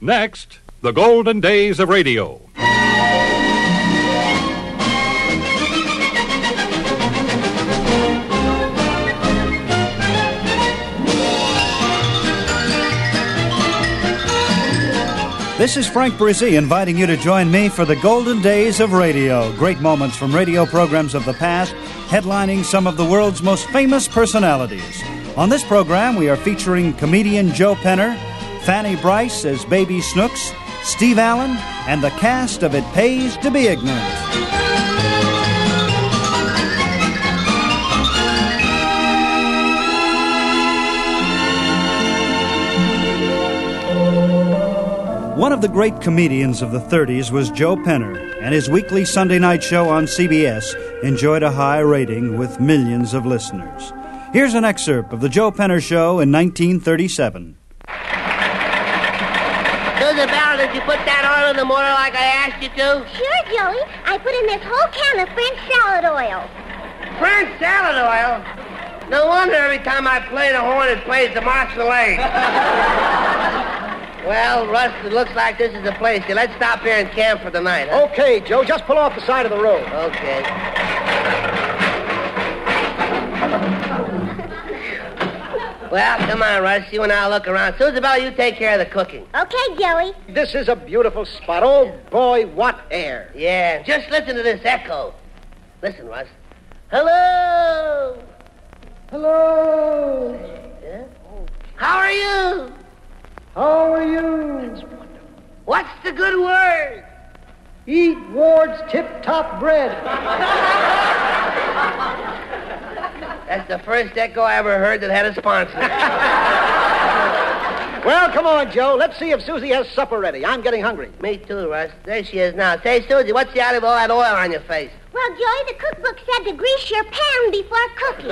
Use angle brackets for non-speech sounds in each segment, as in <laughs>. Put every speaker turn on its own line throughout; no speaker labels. Next, the golden days of radio.
This is Frank Brizzi inviting you to join me for the golden days of radio. Great moments from radio programs of the past, headlining some of the world's most famous personalities. On this program, we are featuring comedian Joe Penner, Fanny Bryce as Baby Snooks, Steve Allen, and the cast of It Pays to Be Ignorant. One of the great comedians of the 30s was Joe Penner, and his weekly Sunday night show on CBS enjoyed a high rating with millions of listeners. Here's an excerpt of The Joe Penner Show in 1937.
Susan Bell, did you put that oil in the water like I asked you to?
Sure, Joey. I put in this whole can of French salad oil.
French salad oil? No wonder every time I play the horn, it plays the <laughs> Marseillaise. well, Russ, it looks like this is the place. Yeah, Let's stop here and camp for the night. huh?
Okay, Joe, just pull off the side of the road.
Okay. Well, come on, Russ. You and I'll look around. Susabelle, you take care of the cooking.
Okay, Joey.
This is a beautiful spot. Oh, boy, what air.
Yeah, just listen to this echo. Listen, Russ. Hello! Hello! How are you?
How are you?
What's the good word?
Eat Ward's tip-top bread.
That's the first echo I ever heard that had a sponsor.
Well, come on, Joe. Let's see if Susie has supper ready. I'm getting hungry.
Me too, Russ. There she is now. Say, Susie, what's the out of all that oil on your face?
Well, Joey, the cookbook said to grease your pan before cooking.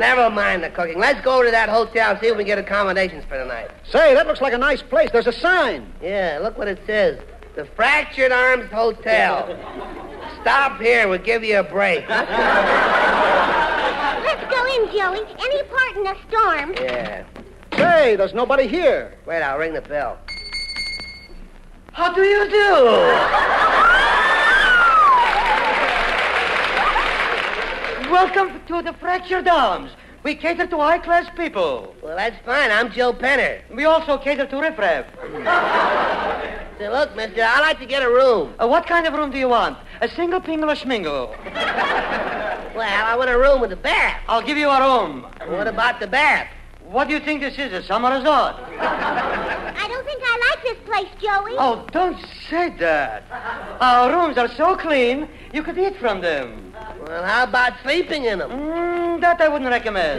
Never mind the cooking. Let's go to that hotel and see if we can get accommodations for the night.
Say, that looks like a nice place. There's a sign.
Yeah, look what it says. The Fractured Arms Hotel. Stop here. We'll give you a break.
Let's go in, Joey. Any port in a storm.
Yeah.
<laughs> Say, there's nobody here.
Wait, I'll ring the bell. How do you do?
Welcome to the Fractured Arms. We cater to high-class people.
Well, that's fine. I'm Joe Penner.
We also cater to riffraff.
Say, look, mister, I'd like to get a room.
Uh, what kind of room do you want? A single pingle or schmingle?
<laughs> Well, I want a room with a bath.
I'll give you a room.
What about the bath?
What do you think this is, a summer resort?
I don't think I like this place, Joey.
Oh, don't say that. Our rooms are so clean, you could eat from them.
Well, how about sleeping in them?
Mm, that I wouldn't recommend.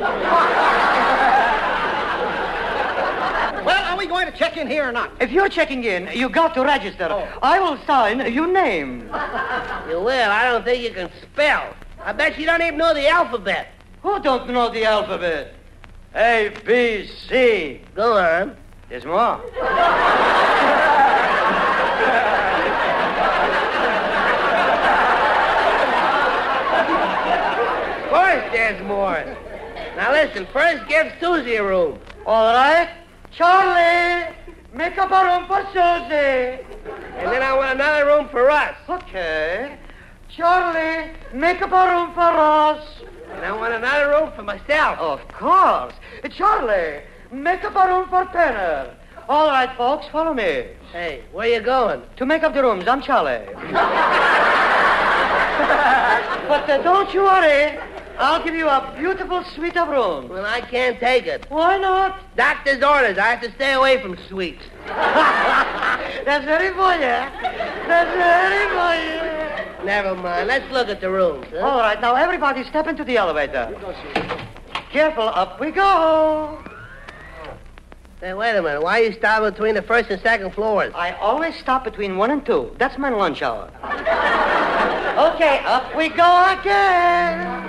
Well, are we going to check in here or not? Oh.
If you're checking in, you got to register. I will sign your name.
You will. I don't think you can spell. I bet you don't even know the alphabet.
Who don't know the alphabet? A, B, C.
Go on.
There's more.
Of course there's more. Now listen, first give Susie a room.
All right. Charlie, make up a room for Susie.
And then I want another room for us.
Okay. Charlie, make up a room for us.
And I want another room for myself.
Of course. Charlie, make up a room for Penner. All right, folks, follow me.
Hey, where you going?
To make up the rooms, I'm Charlie. but uh, don't you worry. I'll give you a beautiful suite of rooms.
Well, I can't take it.
Why not?
Doctor's orders. I have to stay away from sweets. <laughs>
<laughs> That's very funny. That's very funny.
Never mind. Let's look at the rooms. huh?
All right, now everybody step into the elevator. Careful, up we go.
Hey, wait a minute. Why you stop between the first and second floors?
I always stop between one and two. That's my lunch hour. okay, up we go again.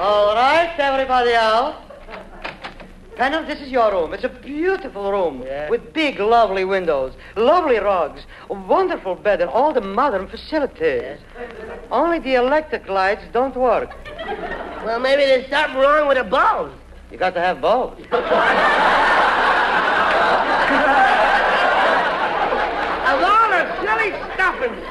All right, everybody out. Penner, this is your room. It's a beautiful room
Yeah.
with big, lovely windows, lovely rugs, a wonderful bed, and all the modern facilities. Only the electric lights don't work.
Well, <laughs> maybe there's something wrong with the bulbs.
You got to have both.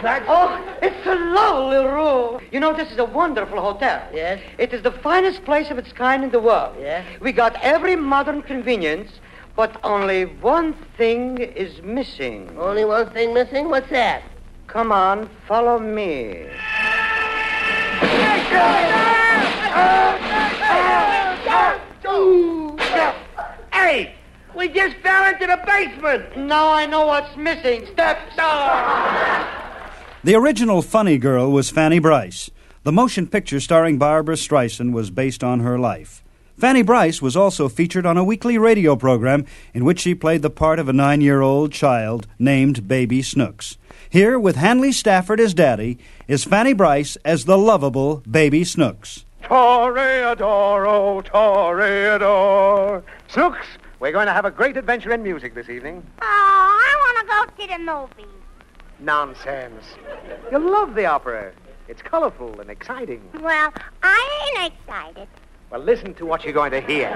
Such?
Oh, it's a lovely room. You know, this is a wonderful hotel.
Yes.
It is the finest place of its kind in the world.
Yes.
We got every modern convenience, but only one thing is missing.
Only one thing missing? What's that?
Come on, follow me.
Hey, we just fell into the basement.
Now I know what's missing. Step down.
The original Funny Girl was Fanny Bryce. The motion picture starring Barbara Streisand was based on her life. Fanny Bryce was also featured on a weekly radio program in which she played the part of a nine year old child named Baby Snooks. Here, with Hanley Stafford as daddy, is Fanny Bryce as the lovable Baby Snooks.
Toreador, oh, Toreador. Snooks, we're going to have a great adventure in music this evening.
Oh, I want to go to the movies.
Nonsense. You love the opera. It's colorful and exciting.
Well, I ain't excited.
Well, listen to what you're going to hear.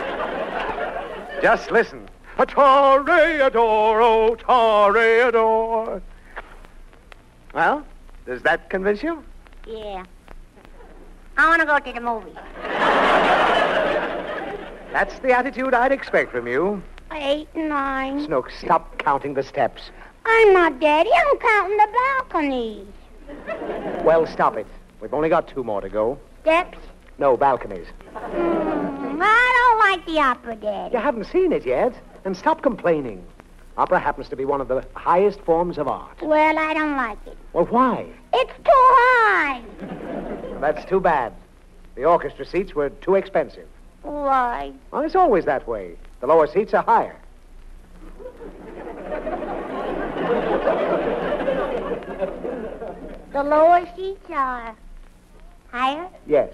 Just listen. A Toreador, oh, Toreador. Well, does that convince you?
Yeah. I want to go to the movies.
That's the attitude I'd expect from you.
Eight, nine.
Snooks, stop counting the steps.
I'm not daddy. I'm counting the balconies.
Well, stop it. We've only got two more to go.
Steps.
No, balconies.
Mm, I don't like the opera, daddy.
You haven't seen it yet, and stop complaining. Opera happens to be one of the highest forms of art.
Well, I don't like it.
Well, why?
It's too high.
That's too bad. The orchestra seats were too expensive.
Why?
Well, it's always that way. The lower seats are higher.
The lower seats are higher.
Yes.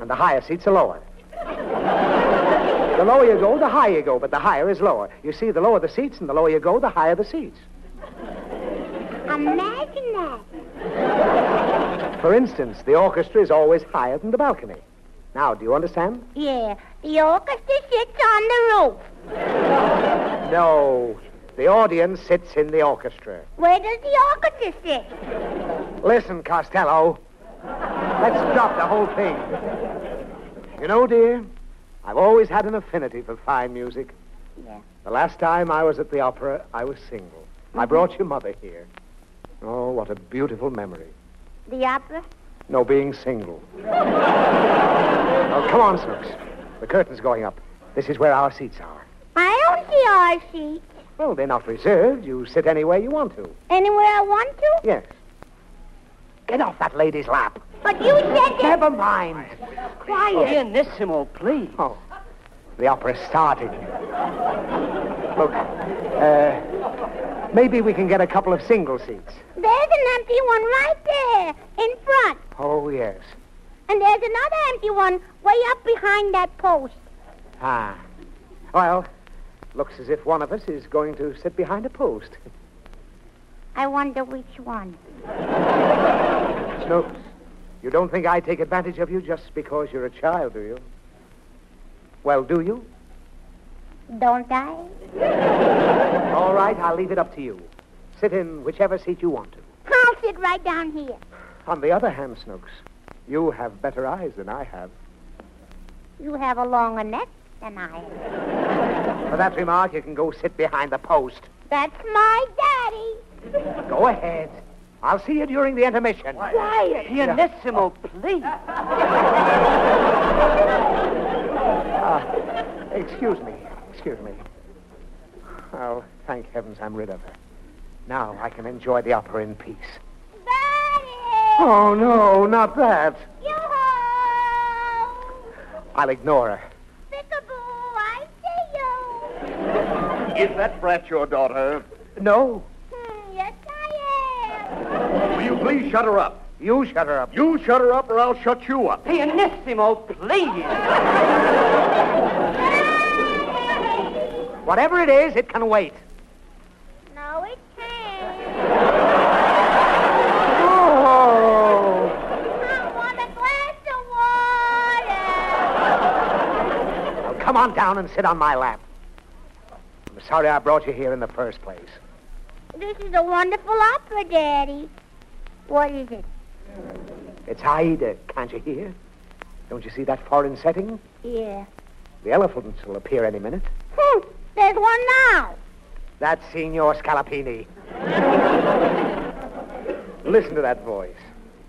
And the higher seats are lower. the lower you go, the higher you go, but the higher is lower. You see, the lower the seats, and the lower you go, the higher the seats.
Imagine that.
For instance, the orchestra is always higher than the balcony. Now, do you understand?
Yeah, the orchestra sits on the roof.
No. The audience sits in the orchestra.
Where does the orchestra sit?
Listen, Costello. Let's drop the whole thing. You know, dear, I've always had an affinity for fine music.
Yeah.
The last time I was at the opera, I was single. I brought your mother here. Oh, what a beautiful memory.
The opera?
No being single. oh, come on, Snooks. The curtain's going up. This is where our seats are.
I don't see our seats.
Well, they're not reserved. You sit anywhere you want to.
Anywhere I want to?
Yes. Get off that lady's lap.
But you said that.
Never mind.
Pianissimo, please.
Oh, the opera's starting. Look, uh, maybe we can get a couple of single seats.
There's an empty one right there in front.
Oh, yes.
And there's another empty one way up behind that post.
Ah. Well, looks as if one of us is going to sit behind a post.
I wonder which one.
Snopes, you don't think I take advantage of you just because you're a child, do you? Well, do you?
Don't I?
All right, I'll leave it up to you. Sit in whichever seat you want to.
I'll sit right down here.
On the other hand, Snooks, you have better eyes than I have.
You have a longer neck than I have.
For that remark, you can go sit behind the post.
That's my daddy.
Go ahead. I'll see you during the intermission.
Quiet.
Pianissimo, please.
Ah, Excuse me. Excuse me. Oh, thank heavens I'm rid of her. Now I can enjoy the opera in peace.
Daddy!
Oh, no, not that.
Yoo-hoo!
I'll ignore her.
Peekaboo, I see you.
Is that brat your daughter?
No,
Hmm, yes, I am.
Will you please shut her up?
you shut her up.
You shut her up or I'll shut you up.
Pianissimo, please.
Whatever it is, it can wait.
No, it can't.
Oh!
I want a glass of water.
Well, come on down and sit on my lap. I'm sorry I brought you here in the first place.
This is a wonderful opera, Daddy. What is it?
It's Aida, can't you hear? Don't you see that foreign setting?
Yeah.
The elephants will appear any minute.
Hmm. There's one now.
That's Signor Scalapini. <laughs> Listen to that voice.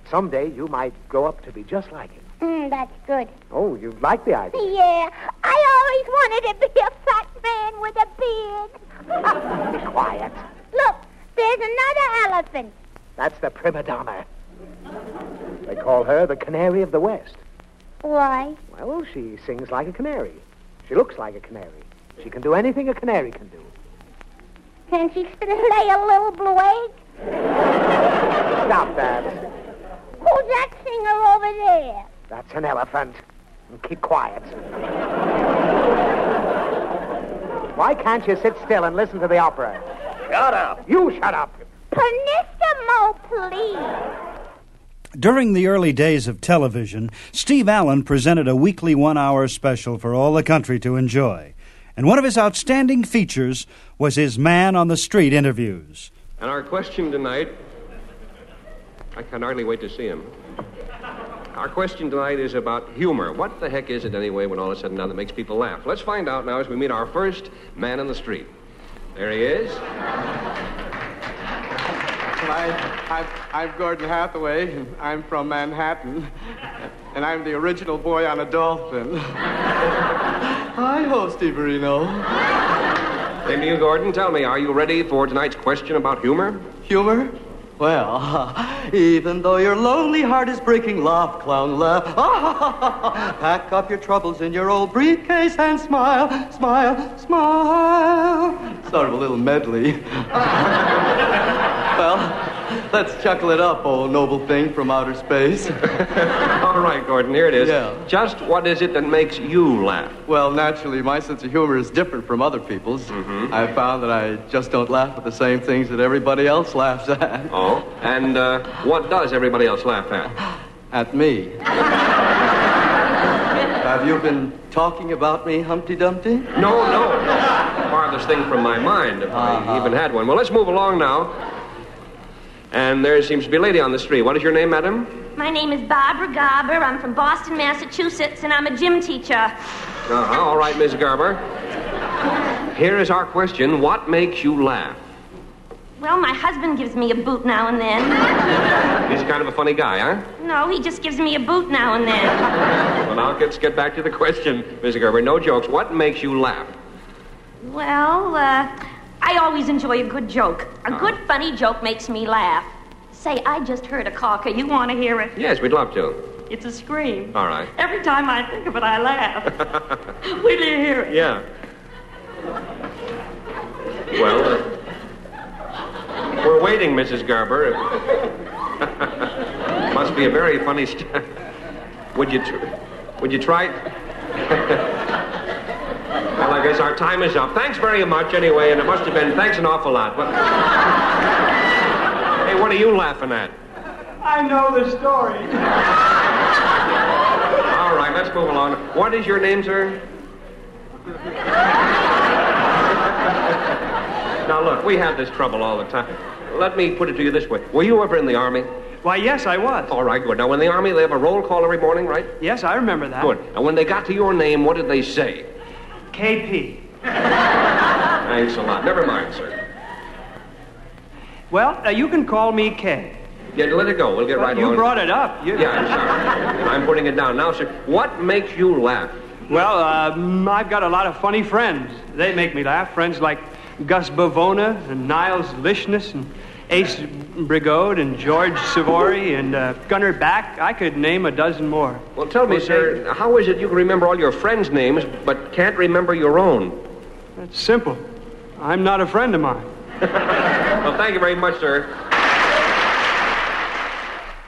Someday you might grow up to be just like him.
Mm, that's good.
Oh, you like the idea.
Yeah. I always wanted to be a fat man with a beard.
Be quiet.
Look, there's another elephant.
That's the prima donna. They call her the Canary of the West.
Why?
Well, she sings like a canary. She looks like a canary. She can do anything a canary can do.
Can she <laughs> lay a little blue egg?
Stop that.
Who's that singer over there?
That's an elephant. And keep quiet. Why can't you sit still and listen to the opera?
Shut up.
You shut up.
Panissimo, please.
During the early days of television, Steve Allen presented a weekly one hour special for all the country to enjoy. And one of his outstanding features was his man on the street interviews.
And our question tonight, I can hardly wait to see him. Our question tonight is about humor. What the heck is it anyway when all is said and done that makes people laugh? Let's find out now as we meet our first man on the street. There he is.
I, I'm, I'm Gordon Hathaway. and I'm from Manhattan. And I'm the original boy on a dolphin. Hi, ho, Steve Reno.
Same to you, Gordon. Tell me, are you ready for tonight's question about humor?
Humor? Well, <laughs> even though your lonely heart is breaking, laugh, clown, laugh. <laughs> Pack up your troubles in your old briefcase and smile, smile, smile. Sort of a little
<laughs>
medley. well, let's chuckle it up, oh noble thing from outer space.
<laughs> All right, Gordon, here it is.
Yeah.
Just what is it that makes you laugh?
Well, naturally, my sense of humor is different from other people's.
Mm-hmm.
I found that I just don't laugh at the same things that everybody else laughs at.
Oh, and uh, what does everybody else laugh at?
At me. Have you been talking about me, Humpty Dumpty?
No, no,
<laughs>
no. Farthest thing from my mind, if I even had one. Well, let's move along now. And there seems to be a lady on the street. What is your name, madam?
My name is Barbara Garber. I'm from Boston, Massachusetts, and I'm a gym teacher.
Uh-huh. All right, Miss Garber. Here is our question. What makes you laugh?
Well, my husband gives me a boot now and then. <laughs>
He's kind of a funny guy, huh?
No, he just gives me a boot now and then.
Well, now let's get back to the question, Miss Garber. No jokes. What makes you laugh?
Well, uh, I always enjoy a good joke. A good funny joke makes me laugh. Say, I just heard a cocker. You want to hear it?
Yes, we'd love to.
It's a scream.
All right.
Every time I think of it, I laugh. Will you hear it?
Yeah. Well, uh, we're waiting, Mrs. Garber. <laughs> Must be a very funny. St- would you, tr- would you try? <laughs> well, I guess our time is up. Thanks very much, anyway, and it must have been thanks an awful lot. But... hey, what are you laughing at?
I know the story.
All right, let's move along. What is your name, sir? now, look, we have this trouble all the time. Let me put it to you this way. Were you ever in the Army?
Why, yes, I was.
All right, good. Now, in the Army, they have a roll call every morning, right?
Yes, I remember that.
Good. And when they got to your name, what did they say?
KP.
Thanks a lot. Never mind, sir.
Well, uh, you can call me K.
Yeah, let it go. We'll get right
you
along.
brought it up. You-
Yeah, I'm sorry. I'm putting it down. Now, sir, what makes you laugh?
Well, um, I've got a lot of funny friends. They make me laugh. Friends like Gus Bavona and Niles Lishness and Ace Brigode and George Savory and uh, Gunner Back. I could name a dozen more.
Well, tell me,
Okay.
sir, how is it you can remember all your friends' names but can't remember your own?
That's simple. I'm not a friend of mine.
<laughs> Well, thank you very much, sir.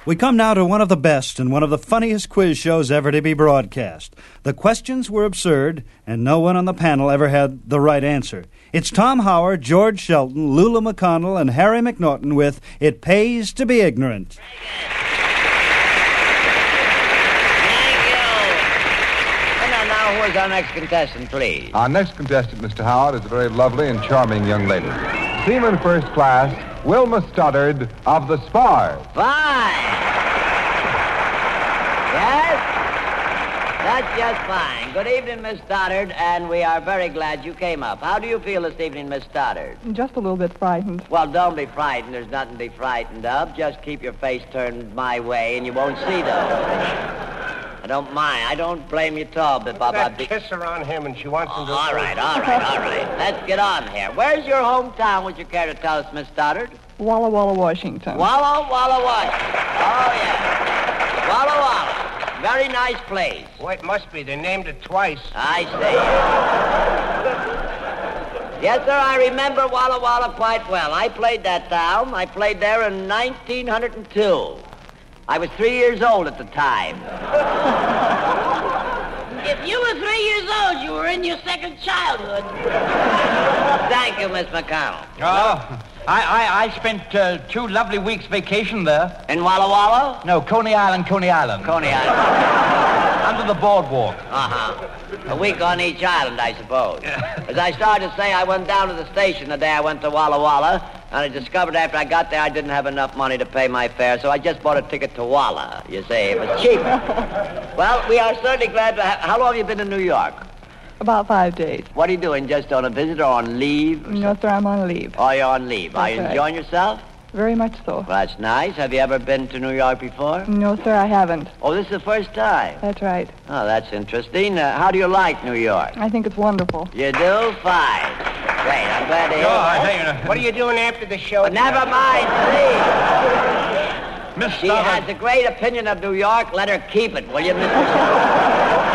We come now to one of the best and one of the funniest quiz shows ever to be broadcast. The questions were absurd, and no one on the panel ever had the right answer. It's Tom Howard, George Shelton, Lula McConnell, and Harry McNaughton with It Pays to Be Ignorant.
Thank you. And now, now, who is our next contestant, please?
Our next contestant, Mr. Howard, is a very lovely and charming young lady. Seaman first class, Wilma Stoddard of The Spars.
Fine. Yes? That's just fine. Good evening, Miss Stoddard, and we are very glad you came up. How do you feel this evening, Miss Stoddard?
Just a little bit frightened.
Well, don't be frightened. There's nothing to be frightened of. Just keep your face turned my way, and you won't see those. I don't mind. I don't blame you at all, but Bob.
That kiss her on him, and she wants him to.
All right, all right, all right. Let's get on here. Where's your hometown? Would you care to tell us, Miss Stoddard?
Walla Walla, Washington.
Walla Walla, Washington. Oh yeah, Walla Walla. Very nice place.
Well, it must be. They named it twice.
I see. Yes, sir, I remember Walla Walla quite well. I played that town. I played there in 1902. I was three years old at the time.
If you were three years old, you were in your second childhood.
Thank you, Miss McConnell.
Oh, I, I, I spent uh, two lovely weeks vacation there.
In Walla Walla?
No, Coney Island, Coney Island.
Coney Island.
<laughs> Under the boardwalk.
Uh-huh. A week on each island, I suppose.
<laughs>
As I started to say, I went down to the station the day I went to Walla Walla, and I discovered after I got there I didn't have enough money to pay my fare, so I just bought a ticket to Walla, you see. It
<laughs>
was cheap. well, we are certainly glad to have... How long have you been in New York?
About five days.
What are you doing? Just on a visit or on leave? Or
no, sir, I'm on leave.
Oh, you're on leave.
Mm. That's
are you enjoying
right.
yourself?
Very much so.
Well, that's nice. Have you ever been to New York before?
No, sir, I haven't.
Oh, this is the first time?
That's right.
Oh, that's interesting. Uh, how do you like New York?
I think it's wonderful.
You do? Fine. Great. I'm glad to hear
no, that. What are you doing after the show?
Oh, never mind,
please.
Miss She Stoddard. has a great opinion of New York. Let her keep it, will
<laughs>
you, Mr.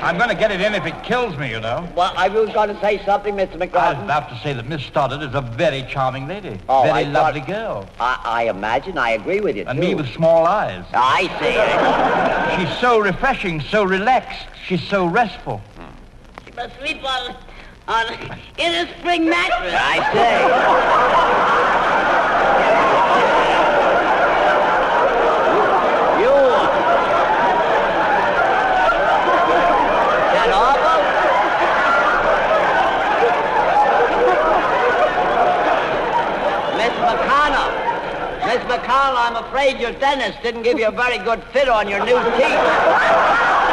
I'm going to get it in if it kills me, you know.
Well, I was going to say something, Mr. McGrath.
I was about to say that Miss Stoddard is a very charming lady. Oh, very
I
lovely girl.
I, I imagine. I agree with you,
And
too.
me with small eyes.
I see.
<laughs> She's so refreshing, so relaxed. She's so restful.
Hmm.
She must sleep on, on in a spring mattress.
I say. you Miss McConnell, I'm afraid your dentist didn't give you a very good fit on your new teeth.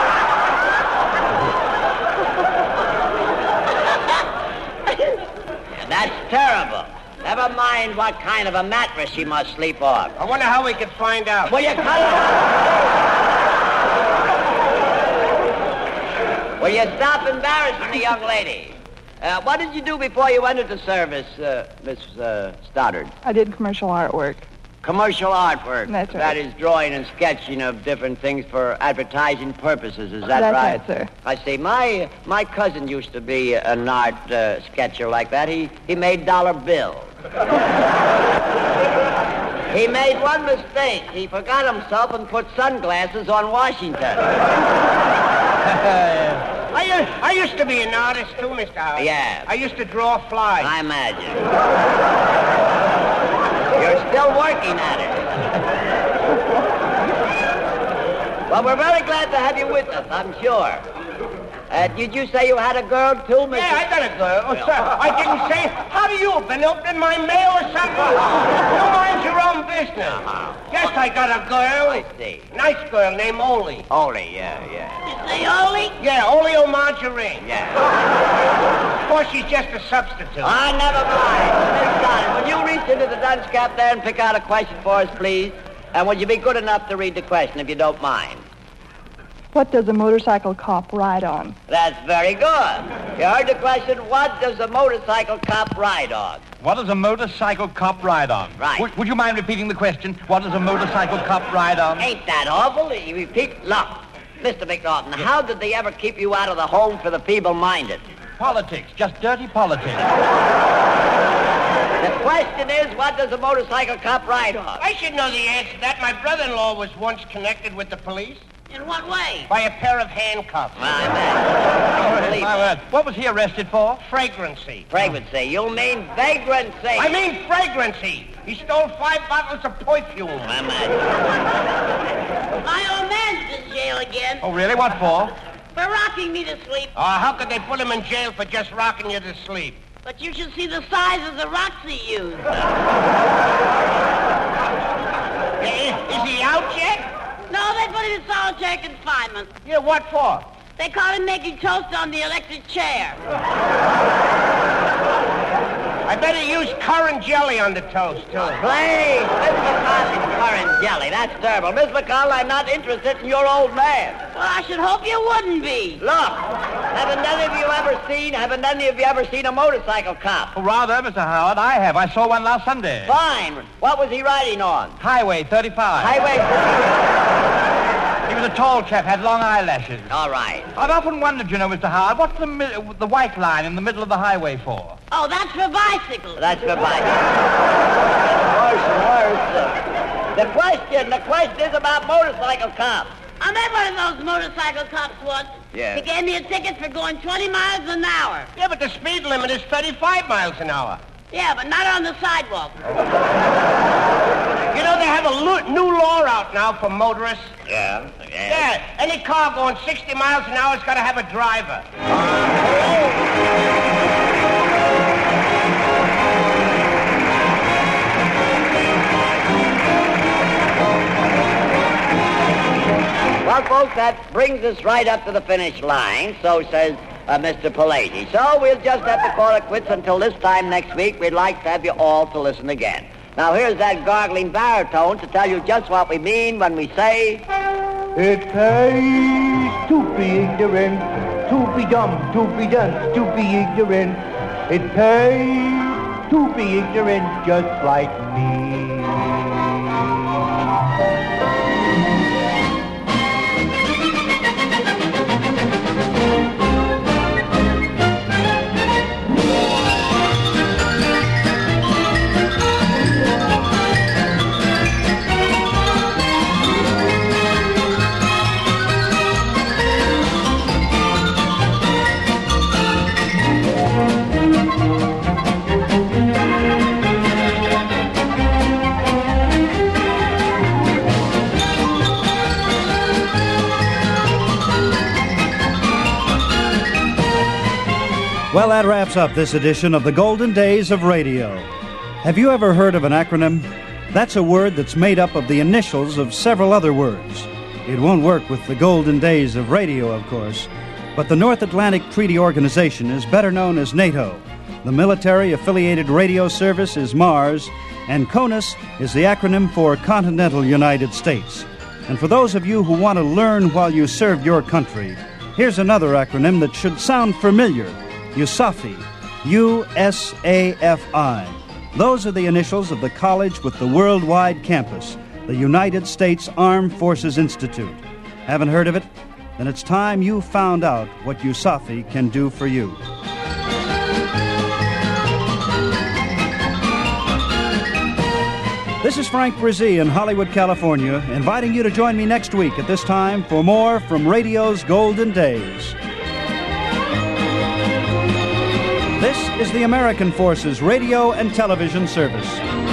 That's terrible. Never mind what kind of a mattress she must sleep on.
I wonder how we could find out.
Will you cut it? Will you stop embarrassing the young lady? Uh, what did you do before you entered the service, uh, Miss uh, Stoddard?
I did commercial artwork
commercial artwork.
That's right.
That is drawing and sketching of different things for advertising purposes. Is that
That's
right?
right, sir.
I see. My my cousin used to be an art uh, sketcher like that. He he made dollar bills. he made one mistake. He forgot himself and put sunglasses on Washington.
<laughs> I, I used to be an artist too, Mr. Howard.
Yeah.
I used to draw flies.
I imagine. You're still working at it. well, we're very glad to have you with us, I'm sure. Uh, did you say you had a girl, too, Mr.
Yeah, I got a girl. Oh, sir, I
<laughs>
didn't say. How do you? Been opening my mail or something? you mind your own business.
Uh-huh.
Yes, I got a girl.
I see.
Nice girl named Oli.
Oli, yeah, yeah.
You say Oli?
Yeah, Oleo margarine.
Yeah.
of course, she's just a substitute.
Ah, never mind. Miss Goddard, will you reach into the dunce cap there and pick out a question for us, please? And would you be good enough to read the question, if you don't mind?
What does a motorcycle cop ride on?
That's very good. You heard the question, what does a motorcycle cop ride on?
What does a motorcycle cop ride on?
Right.
Would, would you mind repeating the question? What does a motorcycle cop ride on?
Ain't that awful? You repeat, look. Mr. McNaughton, how did they ever keep you out of the home for the feeble-minded?
Politics, just dirty politics.
The question is, what does a motorcycle cop ride on?
I should know the answer to that. My brother-in-law was once connected with the police
In what way?
by a pair of handcuffs.
Well, I bet. Believe
My
it.
word. What was he arrested for?
Fragrancy.
Fragrancy. You mean vagrancy.
I mean fragrancy. He stole five bottles of perfume.
My man.
My old man's in jail again
Oh, really? What for?
for rocking me to sleep.
Uh, Oh, how could they put him in jail for just rocking you to sleep?
But you should see the size of the rocks he used.
Eh, Is he out yet?
No, they put him in solitary confinement.
Yeah, what for?
They caught him making toast on the electric chair.
I better use currant jelly on the toast, too.
Please, Miss McConnell, currant jelly. That's terrible. Miss McConnell, I'm not interested in your old man.
Well, I should hope you wouldn't be.
Look, haven't none of you ever seen, haven't none of you ever seen a motorcycle cop?
Rather, Mr. Howard, I have. I saw one last Sunday.
Fine. What was he riding on?
Highway 35.
Highway
He was a tall chap, had long eyelashes.
<laughs> All right.
I've often wondered, you know, Mr. Howard, what's the, mi- the white line in the middle of the highway for?
Oh, that's for bicycles.
That's for bicycles. worse, worse. The question, the question is about motorcycle cops.
I met one of those motorcycle cops once.
Yes.
He gave me a ticket for going 20 miles an hour.
Yeah, but the speed limit is 35 miles an hour.
Yeah, but not on the sidewalk.
You know, they have a lo- new law out now for motorists.
Yeah, yeah.
Yeah, any car going 60 miles an hour has got to have a driver.
Well, folks, that brings us right up to the finish line, so says uh, Mr. Pallady. So we'll just have to call it quits until this time next week. We'd like to have you all to listen again. Now, here's that gargling baritone to tell you just what we mean when we say...
It pays to be ignorant, to be dumb, to be dunce, to be ignorant. It pays to be ignorant just like me.
Well, that wraps up this edition of the Golden Days of Radio. Have you ever heard of an acronym? That's a word that's made up of the initials of several other words. It won't work with the Golden Days of Radio, of course, but the North Atlantic Treaty Organization is better known as NATO. The military affiliated radio service is MARS, and CONUS is the acronym for Continental United States. And for those of you who want to learn while you serve your country, here's another acronym that should sound familiar. USAFI, U S A F I. Those are the initials of the college with the worldwide campus, the United States Armed Forces Institute. Haven't heard of it? Then it's time you found out what USAFI can do for you. This is Frank Brzee in Hollywood, California, inviting you to join me next week at this time for more from radio's golden days. This is the American Forces Radio and Television Service.